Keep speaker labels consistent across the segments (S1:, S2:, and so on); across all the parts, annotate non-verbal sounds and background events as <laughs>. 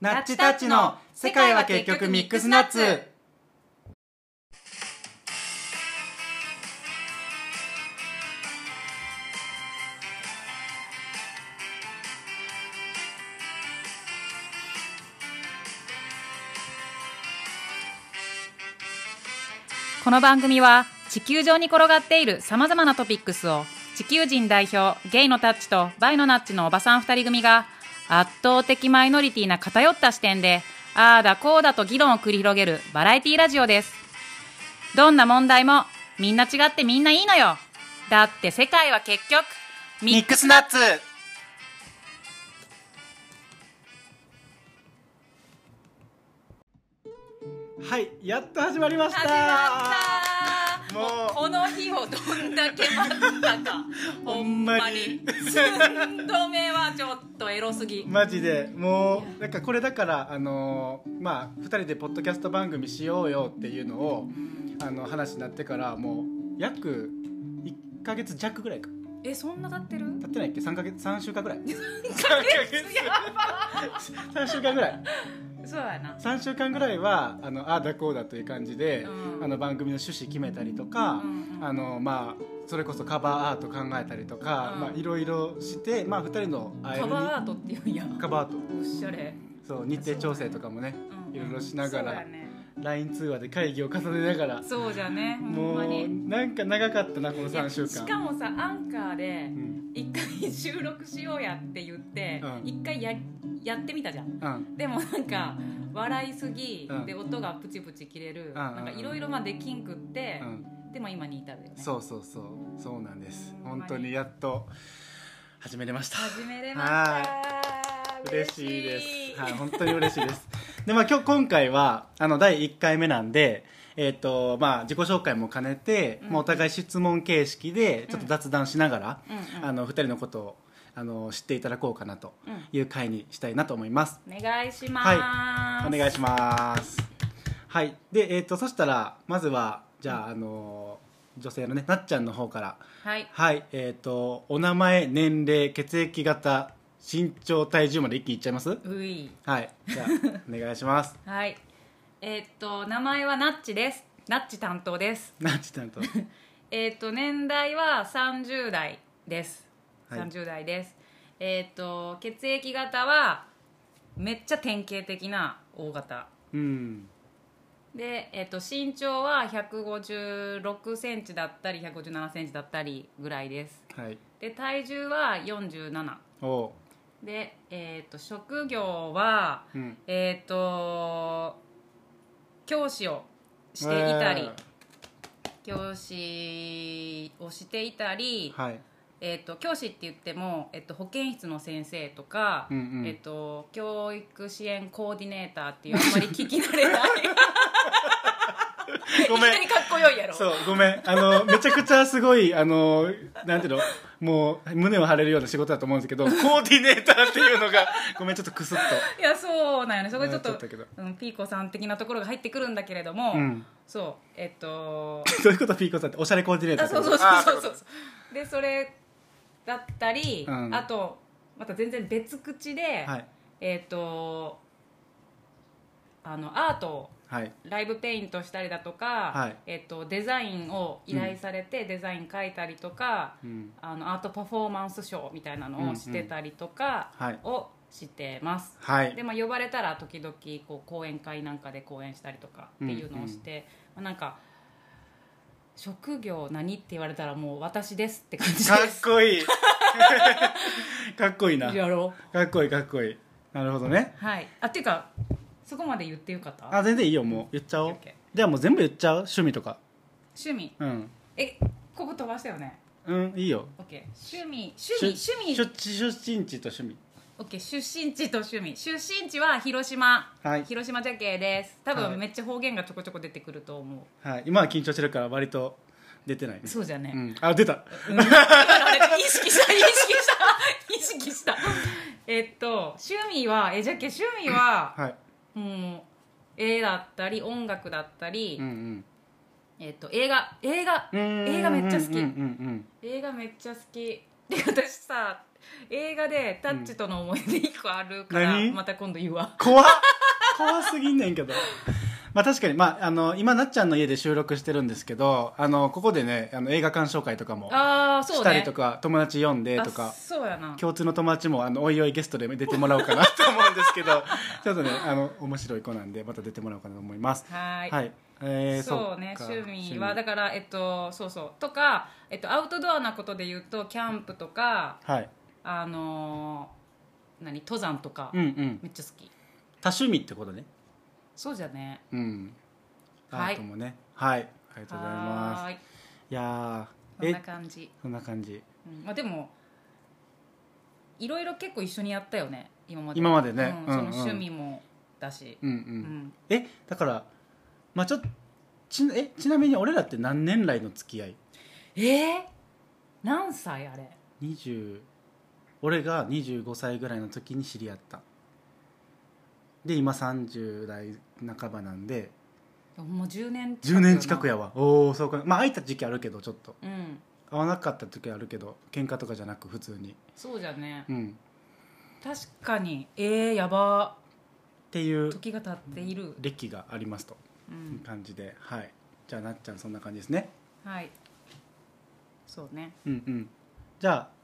S1: ナッチタッチの世界は結局ミックスナッツ。
S2: この番組は地球上に転がっているさまざまなトピックスを地球人代表ゲイのタッチとバイのナッチのおばさん2人組が圧倒的マイノリティな偏った視点でああだこうだと議論を繰り広げるバラエティラジオですどんな問題もみんな違ってみんないいのよだって世界は結局
S1: ミックスナッツはいやっと始まりました
S2: 始まった
S1: もう
S2: もうこの日をどんだけ待ったか <laughs> ほんまに寸止めはちょっとエロすぎ
S1: マジでもうなんかこれだからあのーまあ2人でポッドキャスト番組しようよっていうのをあの話になってからもう約1か月弱ぐらいか
S2: えそんな経ってる
S1: 経ってないっけ3か月3週間ぐらい
S2: や
S1: 3週間ぐらい
S2: ばそうやな
S1: 3週間ぐらいはあのああだこうだという感じで、
S2: うん
S1: あの番組の趣旨決めたりとか、
S2: うんうん
S1: あのまあ、それこそカバーアート考えたりとか、
S2: うん
S1: まあ、いろいろして、まあ、2人の会える
S2: カ
S1: に
S2: バーアートっていうんや
S1: カバーアート
S2: おしゃれ
S1: そう日程調整とかもねいろいろしなが
S2: そうや
S1: ら、
S2: ね
S1: LINE 通話で会議を重ねながら
S2: そうじゃねほん
S1: も
S2: ま
S1: う
S2: に
S1: なんか長かったなこの
S2: いや
S1: 3週間
S2: しかもさアンカーで
S1: うん
S2: 一回収録しようやって言って
S1: うん
S2: 一回ややってみたじゃん
S1: うん
S2: でもなんか笑いすぎ
S1: うん
S2: で音がプチプチ切れる
S1: ん
S2: なんかいろいろまあできんくって
S1: うん、
S2: でも今に至るよね
S1: そうそうそうそうなんです
S2: ほんまに
S1: 本当にやっと始めれました
S2: 始めれました
S1: 嬉しいです。はい、本当に嬉しいです。 <laughs> で、まあ、今日、今回は、あの、第1回目なんで、えっ、と、まあ、自己紹介も兼ねて、
S2: うん
S1: もうお互い質問形式で、ちょっと雑談しながら、
S2: うんうん
S1: あの、二人のことを、あの、知っていただこうかなと
S2: うん
S1: いう回にしたいなと思います。
S2: お願いします、
S1: はい、お願いします。はい、で、えっ、と、そしたら、まずは、じゃあ、あの、女性のね、なっちゃんの方から、
S2: はい
S1: はい、えっ、と、お名前、年齢、血液型、身長、体重まで一気にいっちゃいます
S2: うい
S1: はい、じゃあ <laughs> お願いします。
S2: はいえーっと名前はナッチですナッチ担当です
S1: ナッチ担当。
S2: えーっと年代は30代です
S1: はい
S2: 30代です、えーっと血液型はめっちゃ典型的な O 型
S1: うん、
S2: で、えーっと身長は1 5 6ンチだったり1 5 7ンチだったりぐらいです
S1: はい。
S2: で体重は47
S1: おう、
S2: で、えーっと職業は
S1: うん。
S2: えっ、と教師をしていたり、教師をしていた
S1: え
S2: り
S1: ー、はい。
S2: えっと教師って言っても、えっと保健室の先生とか、
S1: うんうん
S2: えっと教育支援コーディネーターっていうあんまり聞き慣れない
S1: <laughs> ごめん
S2: いきなりかっこよいやろ
S1: そう、ごめん。あの、めちゃくちゃすごい、あの、なんていうの、もう、胸を張れるような仕事だと思うんですけど、コーディネーターっていうのが、ごめん、ちょっとクスッと。
S2: いやそうなんよねそこでちょ
S1: 迷
S2: っと
S1: っちゃったけど
S2: うん、ピーコさん的なところが入ってくるんだけれども、
S1: うん
S2: そうえっ、と
S1: どういうことピーコさんって、おしゃれコーディネーター
S2: あ
S1: って
S2: そ
S1: こ
S2: う
S1: と
S2: そうそう
S1: あ
S2: そう
S1: い
S2: そ
S1: こ
S2: うでそれだったり、
S1: うん
S2: あとまた全然別口で、
S1: とはい。
S2: えっ、とあのアートを
S1: はい。
S2: ライブペイントしたりだとか、
S1: はい
S2: えっとデザインを依頼されてデザイン描いたりとか、
S1: うん。
S2: あのアートパフォーマンスショーみたいなのをしてたりとか
S1: うんうんはい
S2: をしてます、
S1: はい
S2: で。まあ、呼ばれたら時々こう講演会なんかで講演したりとかっていうのをして、まあ、なんか「職業何?」って言われたらもう私ですって感じ
S1: かっ
S2: です
S1: こ
S2: <laughs>
S1: いい。かっこいいな。
S2: やろう
S1: かっこいい、かっこいい。なるほどね。
S2: はいあっていうかそこまで言ってよかった
S1: あ全然いいよもう言っちゃお
S2: オ
S1: う
S2: ッケーオッケ
S1: じゃあもう全部言っちゃう趣味とか
S2: 趣味
S1: うん
S2: えここ飛ばしたよね
S1: うんいいよ
S2: OK 趣味趣味趣味
S1: 出出身地と趣味
S2: OK 出身地と趣味出身地は広島、
S1: はい
S2: 広島ジャケです多
S1: はい
S2: 分めっちゃ方言がちょこちょこ出てくると思う、
S1: はい今は緊張してるから割と出てないね
S2: そうじゃね、
S1: うん、あ出た
S2: 今のね意識した意識した意識したえっと趣味はえじゃっけ趣味は、
S1: はい
S2: もう絵だったり音楽だったり、
S1: うん
S2: えっと映画映画
S1: うん
S2: 映画めっちゃ好き、
S1: うんうんうん
S2: 映画めっちゃ好きで私さ映画でタッチとの思い出一個あるから、
S1: 何
S2: また今度言うわ
S1: 怖っ <laughs> 怖すぎんねんけどまあ確かに、まあ、あの今なっちゃんの家で収録してるんですけどあのここでねあの映画鑑賞会とかも
S2: ああそうね
S1: したりとか、友達呼んでと
S2: あ
S1: か
S2: そうやな
S1: 共通の友達もあのおいおいゲストで出てもらおうかなと思うんですけどちょっとねあの面白い子なんでまた出てもらおうかなと思います
S2: はーい
S1: はい、えー
S2: そうね
S1: か
S2: 趣味はだからえっとそうそうとか、えっと、アウトドアなことで言うとキャンプとか
S1: はい
S2: あのー何登山とか、
S1: うんうん
S2: めっちゃ好き
S1: 多趣味ってことね
S2: そうじゃね
S1: うん
S2: はい
S1: アートもねはいありがとうございます
S2: はーい
S1: いや
S2: こん
S1: ー
S2: な
S1: え
S2: 感じ、
S1: そんな感じ
S2: うんまあ、でもいろいろ結構一緒にやったよね今まで
S1: 今までね
S2: うん
S1: うんうん
S2: その趣味もだし、
S1: うんう
S2: うん
S1: んえだからまあちょっとちえちなみに俺らって何年来の付き合い
S2: えー、何歳あれ
S1: 20俺が25歳ぐらいの時に知り合ったで今30代半ばなんで
S2: もう10年
S1: 10年近く
S2: や
S1: やわおおそうかまあ会いた時期あるけどちょっと
S2: うん
S1: 会わなかった時あるけど喧嘩とかじゃなく普通に
S2: そうじゃね
S1: うん
S2: 確かにえー、やば
S1: っていう
S2: 時が経っている、
S1: 歴がありますと
S2: う、
S1: いうん感じではいじゃあなっちゃんそんな感じですね
S2: はいそうね
S1: うんうんじゃあ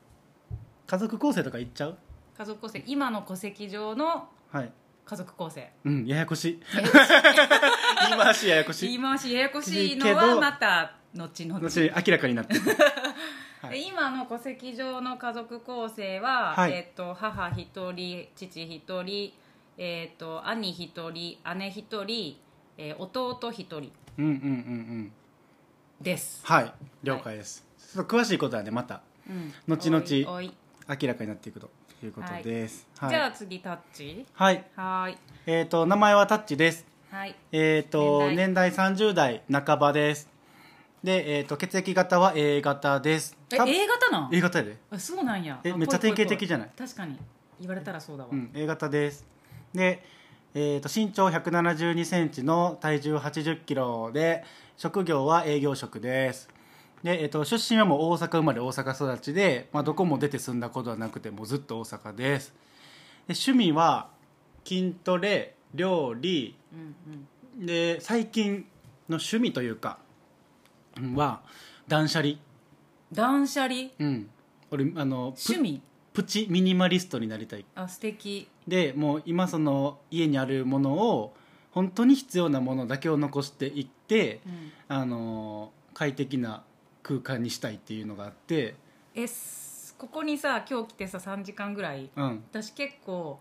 S1: 家族構成とかいっちゃう
S2: 家族構成今の戸籍上の
S1: はい
S2: 家族構成
S1: うんややこしい <laughs> 言い回しややこし
S2: 言
S1: い
S2: い回しややこしい
S1: い
S2: の
S1: いけ
S2: は
S1: ど
S2: また後々
S1: 後に明らかになってるは
S2: で
S1: い
S2: 今の戸籍上の家族構成は、
S1: はい
S2: えっと母一人父一人、えっと兄一人姉一人、えー弟一人
S1: うんうんうんうん
S2: です、
S1: はい了解です、ちょっと詳しいことはねまた
S2: うん
S1: 後々
S2: おいおい
S1: 明らかになっていくということですはい
S2: じゃあ次タッチ
S1: はい
S2: はーい
S1: えっ、と名前はタッチです
S2: はい
S1: えっ、と
S2: 年
S1: 年代30代半ばですで、えー、と血液型は A 型です
S2: え
S1: 多分
S2: A 型なん
S1: A 型やで
S2: あそうなんや
S1: え
S2: あ
S1: めっちゃ
S2: ぽいぽいぽ
S1: 典
S2: い
S1: 型的じゃない
S2: 確かに言われたらそうだわ、
S1: うん、A 型ですで、えー、と身長1 7 2ンチの体重8 0キロで職業は営業職ですで、えー、と出身はもう大阪生まれ大阪育ちで、まあ、どこも出て住んだことはなくてもうずっと大阪ですで趣味は筋トレ料理
S2: うんうん
S1: で最近の趣味というかうんは断捨離
S2: 断捨離
S1: うん俺あのプ
S2: 趣味
S1: プチミニマリストになりたい
S2: あ素敵
S1: でもう今その家にあるものを本当に必要なものだけを残していって、
S2: うん
S1: あのー快適な空間にしたいっていうのがあって、
S2: えすここにさ今日来てさ3時間ぐらい
S1: うん、
S2: 私結構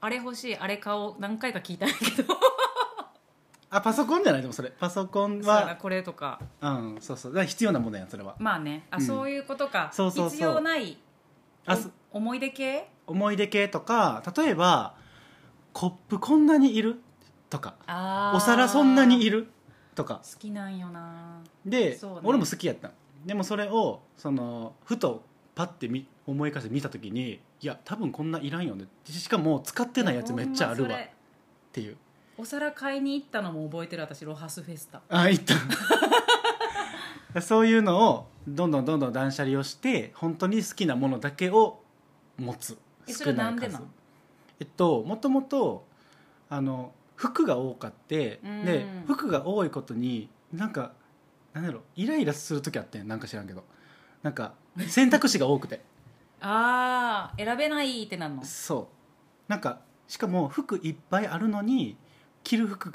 S2: あれ欲しいあれ買おう何回か聞いたんやけ <laughs> ど
S1: あパソコンじゃないでもそれパソコン
S2: そうやな
S1: は
S2: これとか
S1: うんそうそうだから必要なものやんそれは
S2: まあねあ、
S1: うん
S2: そういうことか
S1: そうそうそう
S2: 必要ない
S1: あそ
S2: お思い出系
S1: 思い出系とか例えばコップこんなにいるとか
S2: あー
S1: お皿そんなにい
S2: 好
S1: るとか
S2: きなんよな
S1: で、
S2: そうね
S1: 俺も好きやったのでもそれをそのふとパッてみ思い返して見た時にいや多分こんないらんよねしかも使ってないやつめっちゃある
S2: ほん
S1: わ
S2: まそ
S1: っ
S2: れ
S1: ていう
S2: お皿買いに行ったのも覚えてる私ロハスフェスタ
S1: あいった <laughs> そういうのをどんどんどんどん断捨離をして本当に好きなものだけを持つ
S2: えそれなんで
S1: 少
S2: なん
S1: 数えっともともとあの服が多かって
S2: うん
S1: で服が多いことになんかなんだろうイライラする時あってんなんか知らんけどなんか選択肢が多くて
S2: あー選べないってなんの
S1: そうなんかしかも服いっぱいあるのに着る服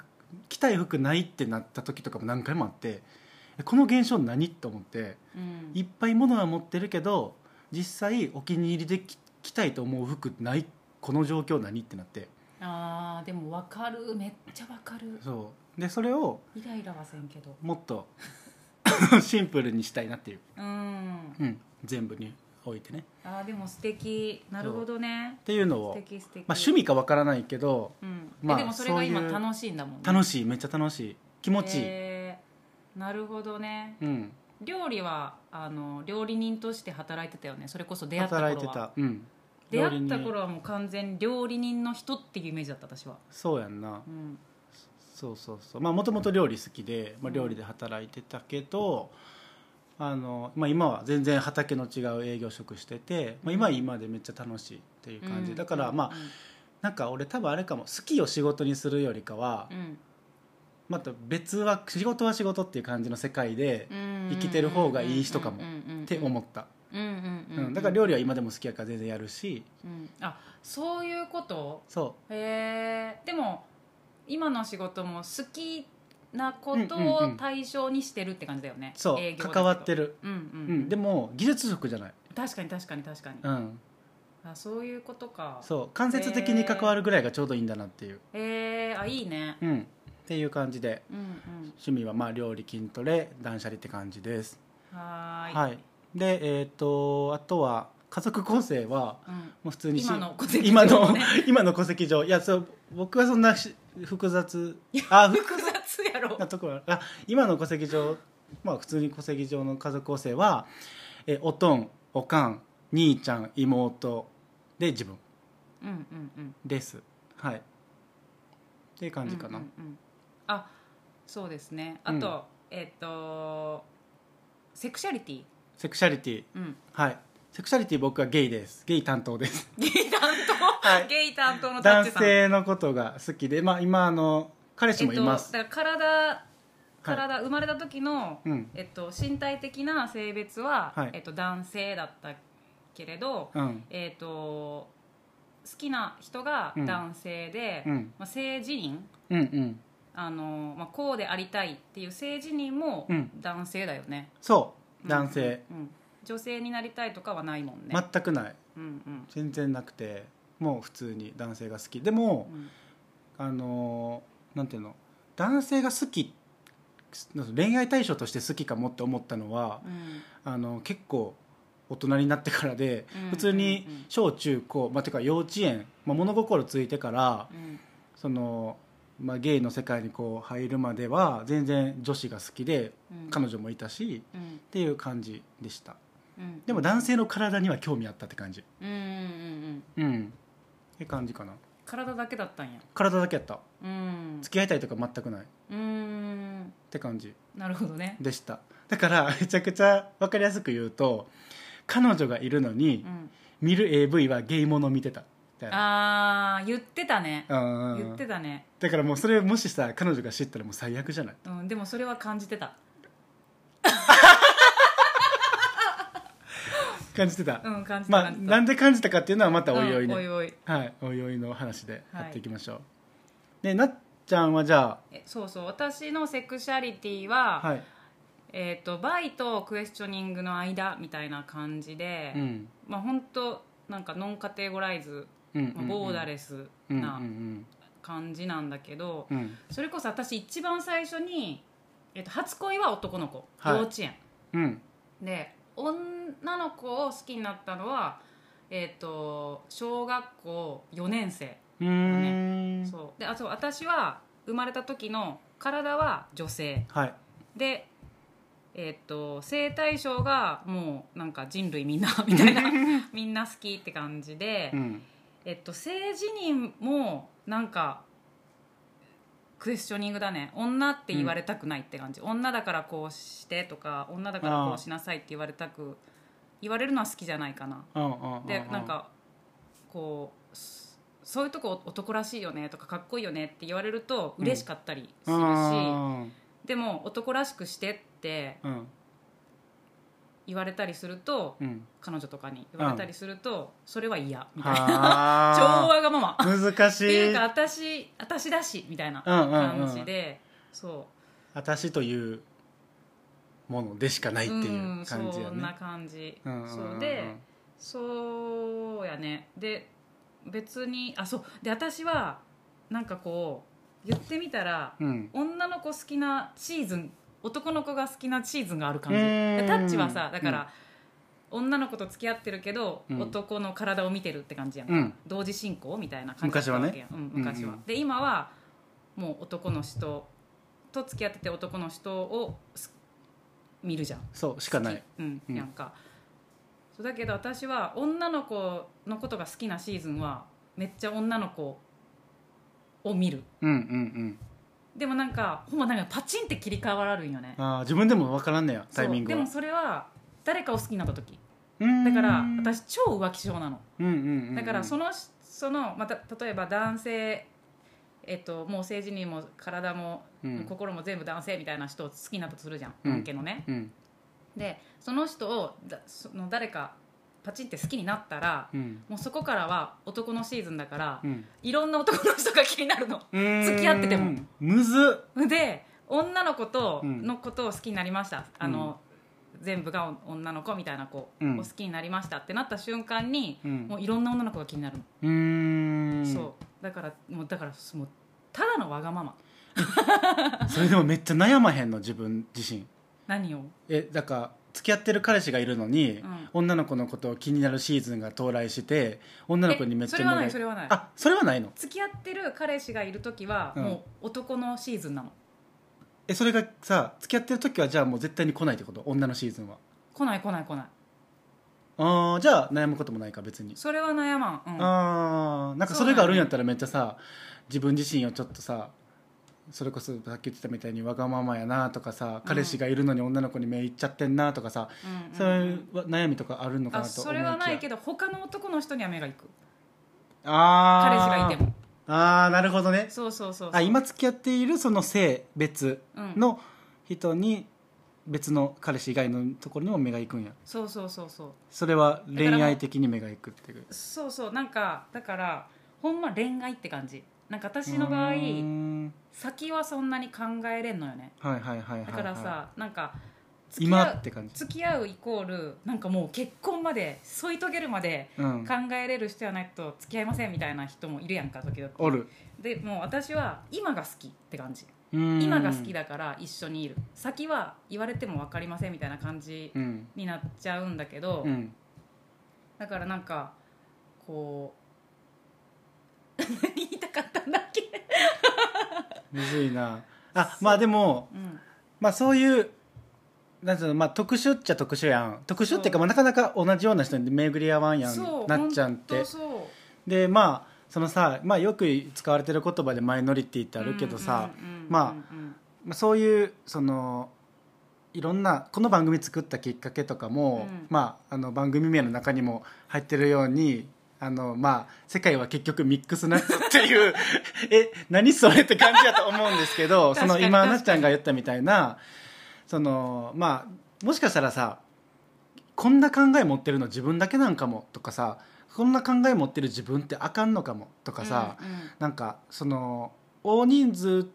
S1: 着たい服ないってなった時とかも何回もあってえこの現象何と思って
S2: うん
S1: いっぱい物は持ってるけど実際お気に入りで着着たいと思う服ないこの状況何ってなって
S2: あーでも分かるめっちゃ分かる
S1: そうでそれを
S2: イライラはせんけど
S1: もっと <laughs> シンプルにしたいなっていう、
S2: うん
S1: うん、全部に置いてね
S2: あーでも素敵なるほどね
S1: っていうの
S2: 素
S1: を、
S2: 敵素敵
S1: まあ、趣味かわからないけど
S2: うんえ
S1: まあ
S2: でもそれが今
S1: そういう
S2: 楽しいんだもんね
S1: 楽しいめっちゃ楽しい気持ちいい、
S2: へーなるほどね
S1: うん、
S2: 料理はあの料理人として働いてたよねそれこそ出会った頃は
S1: 働いてた、うん、
S2: 出会った
S1: 料理
S2: 頃
S1: に
S2: はもう完全に料理人の人っていうイメージだった私は、
S1: そうやんな
S2: うん、
S1: そうそうそうまあもともと料理好きで、まあ、料理で働いてたけど、あの、まあ、今は全然畑の違う営業職してて、まあ、今は今でめっちゃ楽しいっていう感じ、だからまあなんか俺多分あれかも好きを仕事にするよりかは、
S2: うん
S1: また別は仕事は仕事っていう感じの世界で生
S2: 生
S1: きてる方がいい人かもって思
S2: う
S1: った、
S2: うんうん
S1: う
S2: うん
S1: ん
S2: うん
S1: だから料理は今でも好きやから全然やるし
S2: うんあそういうこと
S1: そ
S2: へえでも今の仕事も好きなこと
S1: うんうん
S2: を
S1: うん
S2: 対象にしてるって感じだよね
S1: うそ
S2: 営
S1: う
S2: 業だと
S1: 関わってる、
S2: うん
S1: う
S2: うん
S1: んでも技術職じゃない、
S2: 確かに確かに確かに
S1: うん、
S2: あそういうことか
S1: そう間接的に関わるぐらいがちょうどいいんだなっていう、
S2: へえあいいね
S1: うん、っていう感じで
S2: うんうん
S1: 趣味はまあ料理筋トレ断捨離って感じです
S2: はーい、
S1: はいでえっ、とあとは家族構成は
S2: うん、
S1: もう普通にし
S2: 今の戸籍
S1: 今
S2: 上
S1: の <laughs>
S2: ね
S1: 今の戸籍上いやそう僕はそんなし複雑あ複
S2: 複雑やろ
S1: <laughs> 雑なところあ今の戸籍上まあ普通に戸籍上の家族構成はえおとんおかん兄ちゃん妹で自分
S2: うんうんうん
S1: ですはいっていう感じかな、
S2: うんうんうんあそうですねあと、
S1: うん
S2: えっ、とセクシャリティ
S1: セクシャリティ
S2: うん
S1: はいセクシャリティ僕はゲイですゲイ担当です
S2: ゲイ担当、
S1: はい
S2: ゲイ担当のタッ
S1: 男
S2: チさん
S1: 性のことが好きでまあ今あの彼氏もいます、
S2: えっと、だから体
S1: はい
S2: 体、生まれた時の、
S1: うん
S2: えっと、身体的な性別は、
S1: はい
S2: えっと、男性だったけれど、
S1: うん
S2: えっと、好きな人が
S1: うん
S2: 男性で、
S1: うん
S2: まあ、性自認
S1: うんうん
S2: あの、まあ、こうでありたいっていう性自認も
S1: うん
S2: 男性だよね、
S1: そう男性、
S2: うんうん女性になりたいとかはないもんね、
S1: 全くない
S2: うんうん
S1: 全然なくてもう普通に男性が好きでも、
S2: うん
S1: あのーなんていうの男性が好き恋愛対象として好きかもって思ったのは
S2: うん
S1: あの結構大人になってからで、
S2: うん
S1: 普通に
S2: うんうん
S1: 小中高、まあ、てか幼稚園、まあ、物心ついてから
S2: うん
S1: その、まあ、ゲイの世界にこう入るまでは全然女子が好きで
S2: うん
S1: 彼女もいたし
S2: うん
S1: っていう感じでした
S2: うん
S1: でも男性の体には興味あったって感じ
S2: うんうんうん
S1: うんって感じかな
S2: 体だけだったんや
S1: 体だけやった
S2: うん
S1: 付き合いたいとか全くないっ
S2: うーん
S1: て感じ
S2: なるほどね、
S1: でしただからめちゃくちゃ分かりやすく言うと彼女がいるのに
S2: うん、
S1: 見る AV はゲイもの見てたみたいな
S2: あー言ってたね
S1: うんうん
S2: 言ってたね、
S1: だからもうそれもしさ彼女が知ったらもう最悪じゃない
S2: うん、でもそれは感じてた
S1: 感じてた、
S2: うん感じてた
S1: まあ
S2: 感じてた
S1: なんで感じたかっていうのはまたおいおいね、
S2: うんおいおい
S1: はいおいおいの話で
S2: はい
S1: やっていきましょう、でなっちゃんはじゃ
S2: えそうそう私のセクシャリティ
S1: あ
S2: は、
S1: はい
S2: えー、とバイとクエスチョニングの間みたいな感じで、
S1: うん
S2: まあ本当なんかノンカテゴライズ、
S1: うんうん
S2: まあ、ボーダレス
S1: うんうん
S2: な感じなんだけど、
S1: うんうん
S2: それこそ私一番最初に、えー、と初恋は男の子、
S1: はい
S2: 幼稚園
S1: うん
S2: で女の子を好きになったのは、えー、と小学校4年生、
S1: うーん
S2: そうであそう私は生まれた時の体は女性
S1: はい
S2: で、えー、と性対象がもうなんか人類みんなみたいなみんな好きって感じで、
S1: うん
S2: えっと性自認もなんかクエスチョニングだね女って言われたくないって感じ、女だからこうしてとか女だからこうしなさいって言われたく言われるのは好きじゃないかな
S1: うんうんうん
S2: でなんかこうそそういうとこ男らしいよねとかかっこいいよねって言われると嬉しかったりするし、
S1: うん
S2: でも男らしくしてって
S1: うん
S2: 言われたりすると
S1: うん
S2: 彼女とかに言われたりすると、それは嫌みたいな調
S1: は
S2: <laughs> 和がママ
S1: あ難し
S2: っていう
S1: い
S2: か私私だしみたいな
S1: うんうんうん
S2: 感じで、そ
S1: 私というものでしかな
S2: う
S1: いっていう
S2: うん
S1: 感じや
S2: そんな
S1: ね
S2: 感じ、
S1: うんうんうん
S2: そうでそうやねで別にあそうで私はなんかこう言ってみたら、
S1: うん
S2: 女の子好きなシーズン男の子が好きなシーズンがある感じ
S1: う
S2: で
S1: ーん
S2: タッチはさだから、女の子と付き合ってるけど、
S1: うん
S2: 男の体を見てるって感じやんか、
S1: うん
S2: 同時進行みたいな感じだったわけやん
S1: 昔はね
S2: うん、昔は、
S1: うんうん
S2: で今はもう男の人と付き合ってて男の人をす見るじゃん
S1: そうしかな
S2: 好
S1: い
S2: きうん、
S1: うん
S2: なんかそうだけど私は女の子のことが好きなシーズンはめっちゃ女の子を見る
S1: うんうん
S2: でもなんかほんまなんかパチンって切り替わるんよね
S1: あー自分でも分からんねやタイミング
S2: そう
S1: は
S2: でもそれは誰かを好きになった時
S1: うーん
S2: だから私超浮気症なの
S1: うんうんうんうん
S2: だからそのそのまた例えば男性えっと、もう政治にも体も、
S1: うん
S2: 心も全部男性みたいな人を好きになったとするじゃん
S1: うん
S2: 本家のね、
S1: うん
S2: でその人をだその誰かパチンって好きになったら、
S1: うん
S2: もうそこからは男のシーズンだから、
S1: うん
S2: いろんな男の人が気になるの <laughs>
S1: うーん
S2: 付き合ってても
S1: むずっ
S2: で女の子と
S1: うん
S2: のことを好きになりました、あの全部が女の子みたいな子を
S1: うん
S2: 好きになりましたってなった瞬間に、
S1: うん
S2: もういろんな女の子が気になるの、
S1: うーん
S2: そうだからもうだからもうただのわがまま
S1: <laughs> それでもめっちゃ悩まへんの自分自身
S2: 何を
S1: えだから付き合ってる彼氏がいるのに、
S2: うん
S1: 女の子のことを気になるシーズンが到来して女の子にめっちゃ
S2: えそれはない
S1: 願
S2: それはない
S1: あそれはないの
S2: 付き合ってる彼氏がいる時は、
S1: うん
S2: もう男のシーズンなの
S1: えそれがさ付き合ってる時はじゃあもう絶対に来ないってこと女のシーズンは
S2: 来ない来ない来ない
S1: あーじゃあ悩むこともないか別に、
S2: それは悩まん、うん、
S1: あーなんかそれがあるんやったらめっちゃさ自分自身をちょっとさそれこそさっき言ってたみたいにわがままやなとかさ彼氏がいるのに女の子に目いっちゃってんなとかさ、
S2: うんうん
S1: そういうは悩みとかあるのか
S2: あ
S1: なと思
S2: それはないけ
S1: ど
S2: ど他の男の人には目がいく
S1: あ
S2: 彼
S1: ー
S2: 氏がいても
S1: あーなるほどね
S2: そうそうそうそう
S1: あ今付き合っているその性別の人に別の彼氏以外のところにも目が行くんや
S2: そうそうそうそう
S1: それは恋愛的に目が行くっていう
S2: そうそうなんかだからほんま恋愛って感じなんか私の場合
S1: うーん
S2: 先はそんなに考えれんのよね
S1: はいはいはいはい、はい、
S2: だからさ、なんか付き合
S1: 今
S2: う
S1: って感じ
S2: 付き合うイコールなんかもう結婚まで添い遂げるまで
S1: うん
S2: 考えれる人じゃないと付き合いませんみたいな人もいるやんか時々
S1: おる
S2: でもう私は今が好きって感じ今
S1: 今
S2: が好きだから一緒にいる先は言われても分かりませんみたいな感じ
S1: うん
S2: になっちゃうんだけど、
S1: うん
S2: だからなんかこう <laughs> 何言いたかったんだっけ、
S1: むずいなあまあでもまあそういうなんつうのまあ特殊っちゃ特殊やん特殊っていうか
S2: そう
S1: まあなかなか同じような人に巡り合わんやん
S2: そう
S1: なっちゃんって
S2: 本当そう
S1: でまあそのさ、まあ、よく使われてる言葉でマイノリティってあるけどさ、
S2: うんうんうんうん
S1: ままあ、そういうそのいろんなこの番組作ったきっかけとかも、
S2: うん
S1: まあ、あの番組名の中にも入ってるようにあの、まあ、世界は結局ミックスナッツっていう <laughs> え何それって感じだと思うんですけどそ
S2: 確かに
S1: の今
S2: 確か
S1: な
S2: に
S1: っちゃんが言ったみたいなその、まあ、もしかしたらさこんな考え持ってるの自分だけなんかもとかさこんな考え持ってる自分ってあかんのかもとかさ、
S2: うんうん
S1: なんかその大人数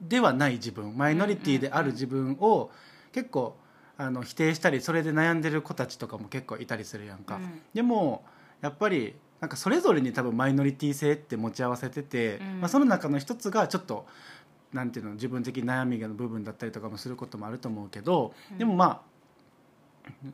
S1: ではない自分マイノリティである自分を結構あの否定したりそれで悩んでる子たちとかも結構いたりするやんか、
S2: うん
S1: でもやっぱりなんかそれぞれに多分マイノリティ性って持ち合わせてて、
S2: うん
S1: まあ、その中の一つがちょっとなんていうの自分的悩みの部分だったりとかもすることもあると思うけど、
S2: うん
S1: でもま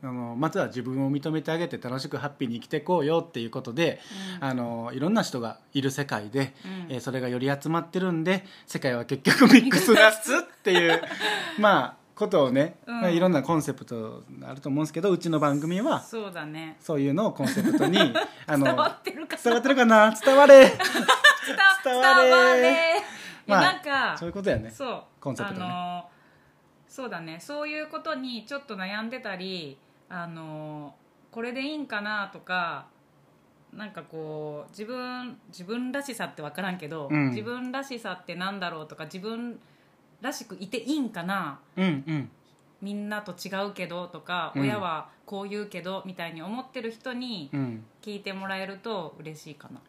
S1: ああのまずは自分を認めてあげて楽しくハッピーに生きていこうよっていうことで、
S2: うん
S1: あのいろんな人がいる世界で、
S2: うん
S1: えーそれがより集まってるんで世界は結局ミックスナッツっていう
S2: <laughs>
S1: まあことをね、
S2: うん
S1: まあいろんなコンセプトあると思うんですけどうちの番組は
S2: そうだね
S1: そういうのをコンセプ
S2: <laughs>
S1: トにあの
S2: 伝わってるか
S1: 伝わってるかな伝われ伝
S2: 伝
S1: わ
S2: わ
S1: れ
S2: れ
S1: まあ
S2: いやなんか
S1: そういうことやね
S2: そう
S1: コンセプトね
S2: あのそうだねそういうことにちょっと悩んでたりあのこれでいいんかなとかなんかこう自分自分らしさって分からんけど、
S1: うん
S2: 自分らしさってなんだろうとか自分らしくいていいんかな
S1: うんうん
S2: みんなと違うけどとか、
S1: うん
S2: 親はこう言うけどみたいに思ってる人に
S1: うん
S2: 聞いてもらえると嬉しいかな、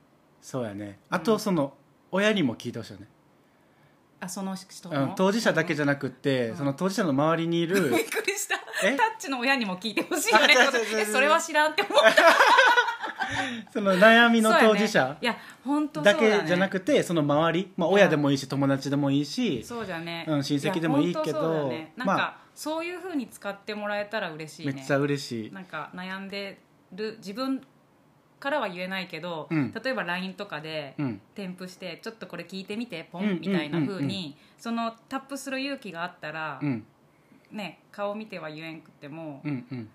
S1: そうやねあとその、親にも聞いてほしいよね、
S2: あその人
S1: う
S2: の
S1: ん、当事者だけじゃなくって、
S2: ん
S1: その当事者の周りにいる
S2: <laughs> びっくりした
S1: え
S2: タッチの親にも聞いてほしいよね
S1: あ違う違う違う違う
S2: えそれは知らんって思った
S1: その悩みの
S2: そうやね
S1: 当事者、
S2: いや本当そう
S1: だ
S2: だ,、ね、
S1: けじゃなくてその周り、まあ、親でもいいし友達でもいいし
S2: そうじゃね、
S1: うん親戚でもいいけど
S2: や本当そうだねなんか、
S1: まあ
S2: そういうふうに使ってもらえたら嬉しい
S1: め
S2: ね
S1: っちゃ嬉しい
S2: なんか悩んでる自分からは言えないけど、
S1: うん
S2: 例えば LINE とかで、
S1: うん
S2: 添付してちょっとこれ聞いてみてポ
S1: うんうんうん
S2: ンみたいなふう
S1: う
S2: にそのタップする勇気があったら、
S1: うん
S2: ね顔見ては言えんくても、
S1: うんうん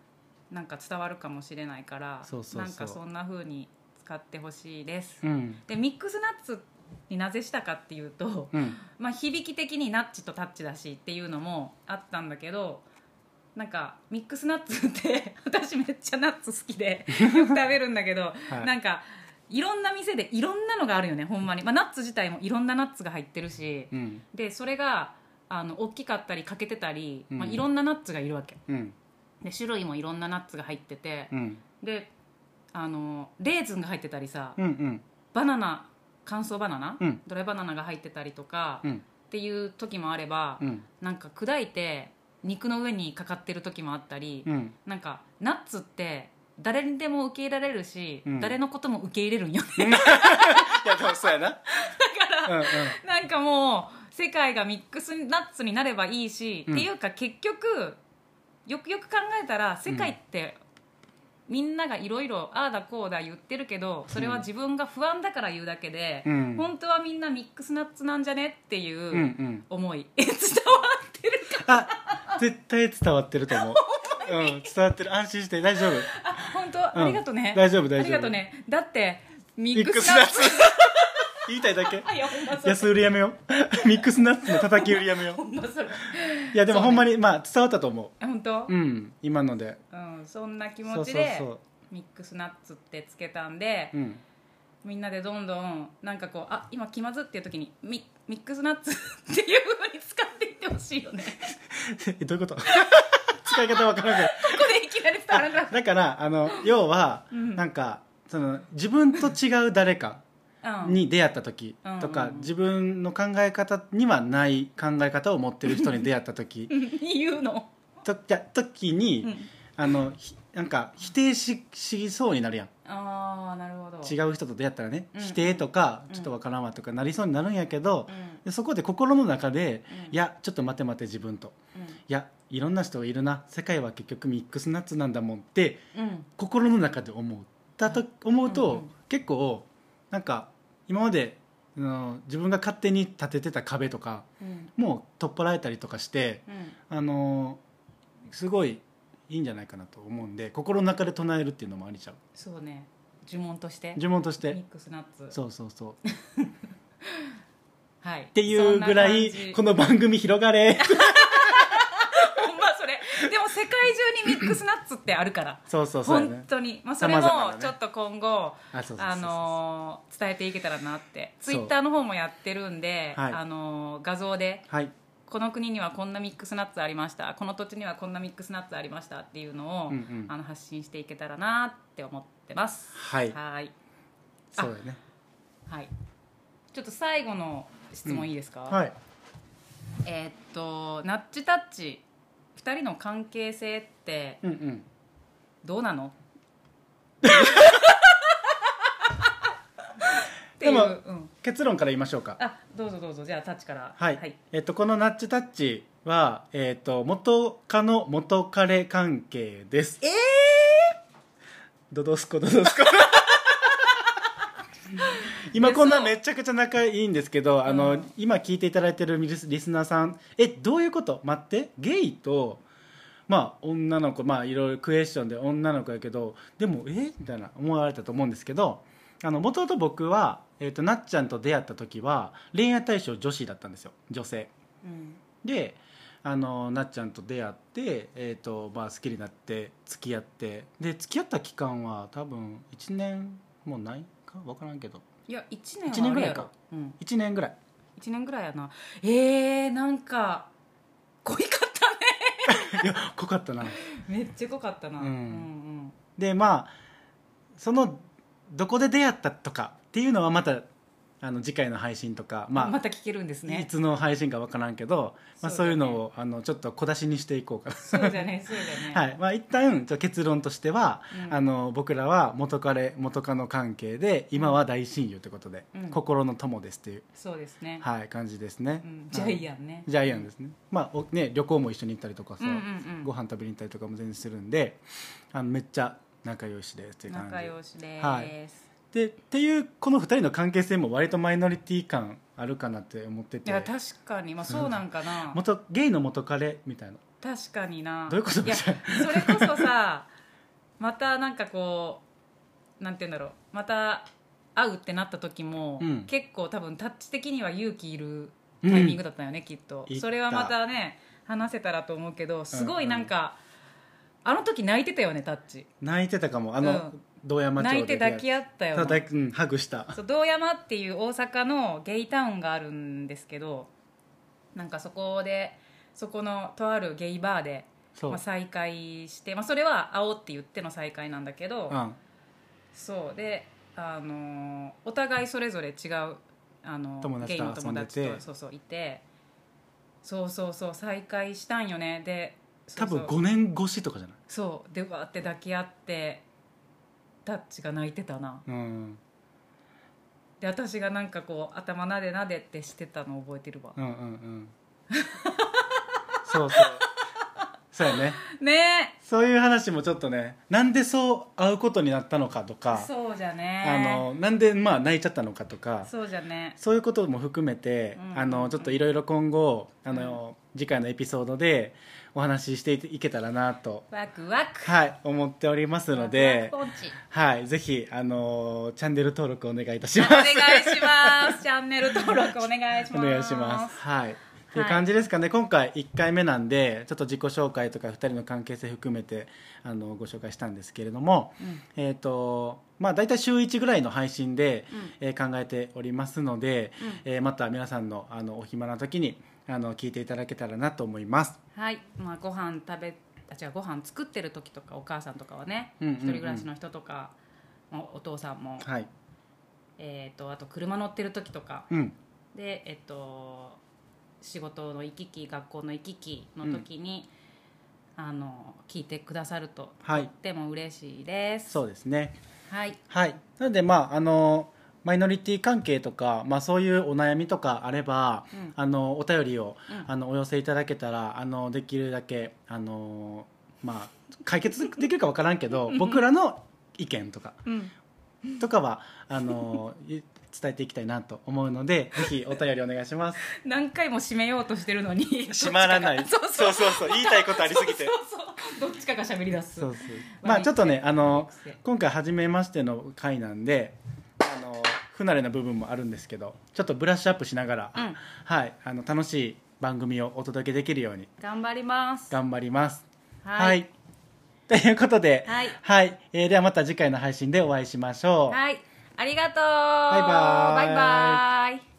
S2: なんか伝わるかもしれないから
S1: そうそうそう
S2: なんかそんな風に使ってほしいです、
S1: うん
S2: でミックスナッツになぜしたかっていうと、
S1: うん
S2: まあ、響き的にナッチとタッチだしっていうのもあったんだけどなんかミックスナッツって <laughs> 私めっちゃナッツ好
S1: <laughs>
S2: きでよく食べるんだけど、
S1: い
S2: なんかいろんな店でいろんなのがあるよねほんまに、まあ、ナッツ自体もいろんなナッツが入ってるし、
S1: うん
S2: でそれがあの大きかったり欠けてたり、まあ、
S1: うん
S2: いろんなナッツがいるわけ
S1: うん
S2: で種類もいろんなナッツが入ってて、
S1: うん
S2: であのレーズンが入ってたりさ、
S1: うんうん
S2: バナナ乾燥バナナ、
S1: うん
S2: ドライバナナが入ってたりとか、
S1: う
S2: っ
S1: ん
S2: ていう時もあれば、
S1: うん
S2: なんか砕いて肉の上にかかってる時もあったり、
S1: うん
S2: なんかナッツって誰にでも受け入れられるし、
S1: うん
S2: 誰のことも受け入れるんよね
S1: <laughs>
S2: <laughs>
S1: いやでもそうやなだからうん
S2: <laughs> なんかもう世界がミックスナッツになればいいし、
S1: うん
S2: っていうか結局よくよく考えたら世界って、みんながいろいろああだこうだ言ってるけどそれは自分が不安だから言うだけで、
S1: うんうん
S2: 本当はみんなミックスナッツなんじゃねってい
S1: うんう
S2: うん思い、 <laughs> 伝わってるか
S1: あ絶対伝わってると
S2: <laughs>
S1: 思ううん伝わってる安心して大丈夫
S2: あ本当、ありがとうね
S1: 大丈夫大
S2: あ
S1: 丈夫
S2: りがとうねだってミ
S1: ミ
S2: ッ
S1: ッ
S2: ク
S1: ク
S2: ス
S1: ス
S2: ナ
S1: ナ
S2: ッ
S1: ッツ
S2: ツ
S1: <laughs> 言いたいだけ
S2: <laughs> あいやほんまそれ
S1: 安売りやめようミックスナッツの叩き売りやめよ
S2: ほんまそれ
S1: ういやでもほんまにまあ伝わったと思
S2: 本当
S1: ううん今ので
S2: うん、そんな気
S1: そ
S2: 持
S1: う
S2: ち
S1: そう
S2: で
S1: そ
S2: ミックスナッツってつけたんで
S1: う
S2: <laughs>
S1: うん
S2: みんなでどんどんなんかこうあ今気まずっていう時にミミックスナッツ <laughs> っていうふうに使っていってほしいよね
S1: えどういうこと
S2: <laughs>
S1: 使い方わからなく
S2: ここでいきなり伝わらなかっ
S1: <laughs> だからあの要は、
S2: うん
S1: なんかその自分と違う誰か
S2: た、うん、
S1: に出会った時とか、
S2: うんうんうん
S1: 自分の考え方にはない考え方を持ってる人に出会った時
S2: <laughs> 言うの、
S1: とじゃ時に、
S2: うん、
S1: あのひなんか否定ししそうになるやん
S2: ああなるほど
S1: 違う人と出会ったらね、
S2: うん
S1: 否定とか
S2: うん
S1: ちょっとわからんわとかなりそうになるんやけど
S2: う、ん
S1: でそこで心の中で、い
S2: うん
S1: やちょっと待て待て自分と
S2: う
S1: いやいろんな人がいるな世界は結局ミックスナッツなんだもんって
S2: んうん
S1: 心の中で思ったと思うと、
S2: うんうん
S1: 結構なんか今まで、あの自分が勝手に立ててた壁とか
S2: うん
S1: もう取っ払えたりとかして、
S2: うん
S1: あのすごいいいんじゃないかなと思うんで心の中で唱えるっていうのもありちゃう
S2: そうね呪文として
S1: 呪文とし
S2: ミッ
S1: て
S2: クスナッツ
S1: そうそうそう
S2: <laughs>
S1: っ
S2: はいって
S1: いうぐらいこ
S2: の
S1: の番組広が
S2: <laughs>
S1: れ
S2: ほんまそれでも世界中にミックスナッツってあるから
S1: そうそうそうや
S2: 本
S1: ね
S2: 当に、まあ、それ
S1: 様々な
S2: も
S1: ね
S2: ちょっと今後、
S1: あそうそうそうそう
S2: あのー伝えていけたらなってツ
S1: そう
S2: イッターの方もやってるんで、
S1: はい
S2: あのー画像で
S1: はい
S2: この国にはこんなミックスナッツありましたこの土地にはこんなミックスナッツありましたっていうのを、
S1: うんうん
S2: あの発信していけたらなって思ってます
S1: はい
S2: はーい
S1: そうだね
S2: はいちょっと最後の質問いいですか、
S1: はい
S2: えーっとナッチタッチ2人の関係性って
S1: うんうん
S2: どうなのって
S1: で
S2: いう、
S1: も
S2: うん、
S1: 結論から言いましょうか
S2: あどうぞどうぞじゃあタッチから
S1: はい、
S2: はい、
S1: えっと、このナッチタッチは、えっと、元カノ元カレ関係ですええドドスコドドスコ今こんなめちゃくちゃ仲いいんですけどあの、
S2: うん
S1: 今聞いていただいてるリスリスナーさんえどういうこと待ってゲイとまあ女の子まあいろいろクエスチョンで女の子やけどでもえみたいな思われたと思うんですけどあの元々僕は、えー、となっちゃんと出会った時は恋愛対象女子だったんですよ女性
S2: うん
S1: であのなっちゃんと出会って、えーとまあ、好きになって付き合ってで付き合った期間は多分1年もないか分からんけど
S2: いや1年は
S1: 一年ぐらいか
S2: あれやろ、うん、
S1: 1年ぐらい
S2: 1年ぐらいやなえー、なんか濃いかったね
S1: いや濃かったな
S2: <laughs> めっちゃ濃かったな、
S1: うん
S2: うん
S1: でまあそのどこで出会ったとかっていうのはまたあの次回の配信とか、
S2: ま
S1: まあ
S2: また聞けるんですね
S1: いつの配信か分からんけど、まあ、
S2: そ
S1: そうう
S2: だ
S1: い
S2: ね
S1: うのをあのちょっと小出しにしていこうかな
S2: そうだねそうだ
S1: <laughs>
S2: ね、
S1: はいまあ、一旦ちょっと結論としては、
S2: うん
S1: あの僕らは元彼元カノ関係で今は大親友ということで、
S2: うん
S1: 心の友ですっていう、
S2: そうですね、
S1: はい、感じですね、
S2: うん、ジャイアンね
S1: はいジャイアンですね,、まあ、おね旅行も一緒に行ったりとかさ、
S2: うんうんうん
S1: ご飯食べに行ったりとかも全然するんであのめっちゃ仲良しですっていう感じ
S2: 仲良しです、
S1: はいでっていうこの二人の関係性も割とマイノリティ感あるかなって思って
S2: い
S1: て
S2: や確かにまあそうなんかな、
S1: 元ゲイの元彼みたいな
S2: 確かにな
S1: どういうこと
S2: やそれこ <laughs> そさまたなんかこうなんて言うんだろうまた会うってなった時も、
S1: うん
S2: 結構多分タッチ的には勇気いるタイミングだったよね、きっと
S1: いった
S2: それはまたね話せたらと思うけどすごいなんか、あの時泣いてたよねタッチ
S1: 泣いてたかもあの、
S2: うん
S1: 堂山町で
S2: 泣いて抱き合ったよ
S1: ただ
S2: な
S1: 抱きうんハグした
S2: そう堂山っていう大阪のゲイタウンがあるんですけどなんかそこでそこのとあるゲイバーで、
S1: そう、
S2: まあ、再会して、まあ、それは会おうって言っての再会なんだけど、
S1: うん
S2: そうで、あのーお互いそれぞれ違う、あのー
S1: 友達と
S2: ゲイの友達
S1: 遊んで
S2: と
S1: て
S2: そうそういてそうそうそう再会したんよねでそ
S1: 多
S2: うそう
S1: 分5年越しとかじゃない
S2: そうでわーって抱き合ってタッチが泣いてたな
S1: うん
S2: で私がなんかこう頭なでなでってしてたの覚えてるわ
S1: うんうんうん
S2: <laughs>
S1: そうそうそうやね
S2: ね
S1: そういう話もちょっとねなんでそう会うことになったのかと
S2: え
S1: か、
S2: そうじゃ
S1: あ
S2: ね
S1: のなんでまあ泣いちゃったのかとか
S2: そうじゃね
S1: そういうことも含めて、
S2: うん
S1: あのちょっといろいろ今後あの、次回のエピソードでお話ししていけたらなと、
S2: ワクワク
S1: はい、思っておりますので
S2: ワクワクポンチ
S1: はい、ぜひ、あのーチャンネル登録お願いいたし
S2: お
S1: ます。
S2: 願いしますチャンネル登録お願いし
S1: お
S2: ます
S1: 願いします。はい。っていう
S2: はい
S1: 感じですかね、今回1回目なんでちょっと自己紹介とか2人の関係性含めてあのご紹介したんですけれども、
S2: うん
S1: えーとまあ、大体週1ぐらいの配信で、
S2: う
S1: えー考えておりますので、えーまた皆さんのあのお暇な時にあの聞いていただけたらなと思います。
S2: はい、まあ、ご飯食べあ違うご飯作ってる時とかお母さんとかはね、
S1: うんうんうん
S2: 一人暮らしの人とかまあお父さんも、
S1: はい、
S2: えー、とあと車乗ってる時とか
S1: うん
S2: でえっ、と仕事の行き来学校の行き来の時に、あの聞いてくださると、
S1: はい
S2: とっても嬉しいです
S1: そうですね
S2: はい
S1: はい、なので、まあ、あのマイノリティ関係とか、まあ、そういうお悩みとかあれば、
S2: うん
S1: あのお便りを、
S2: うん
S1: あのお寄せいただけたらあのできるだけあの、まあ、解決できるかわからんけど僕らの意見とか
S2: うん
S1: とかはあのい伝えていきたいなと思うのでぜひお便りお願いします。
S2: 何回も締めようとしてるのに
S1: 閉まらない
S2: そうそう
S1: そうそう言いたいことありすぎて
S2: そうそうどっちかが喋り出す
S1: そうそうまあちょっとねあの
S2: 癖
S1: 今回初めましての回なんであの不慣れな部分もあるんですけどちょっとブラッシュアップしながら、
S2: うん
S1: はい、あの楽しい番組をお届けできるように
S2: 頑張ります
S1: 頑張ります。
S2: はい
S1: ということで、
S2: はい
S1: えーではまた次回の配信でお会いしましょう。
S2: はい。ありがとう。
S1: バイバイ
S2: バイバイ。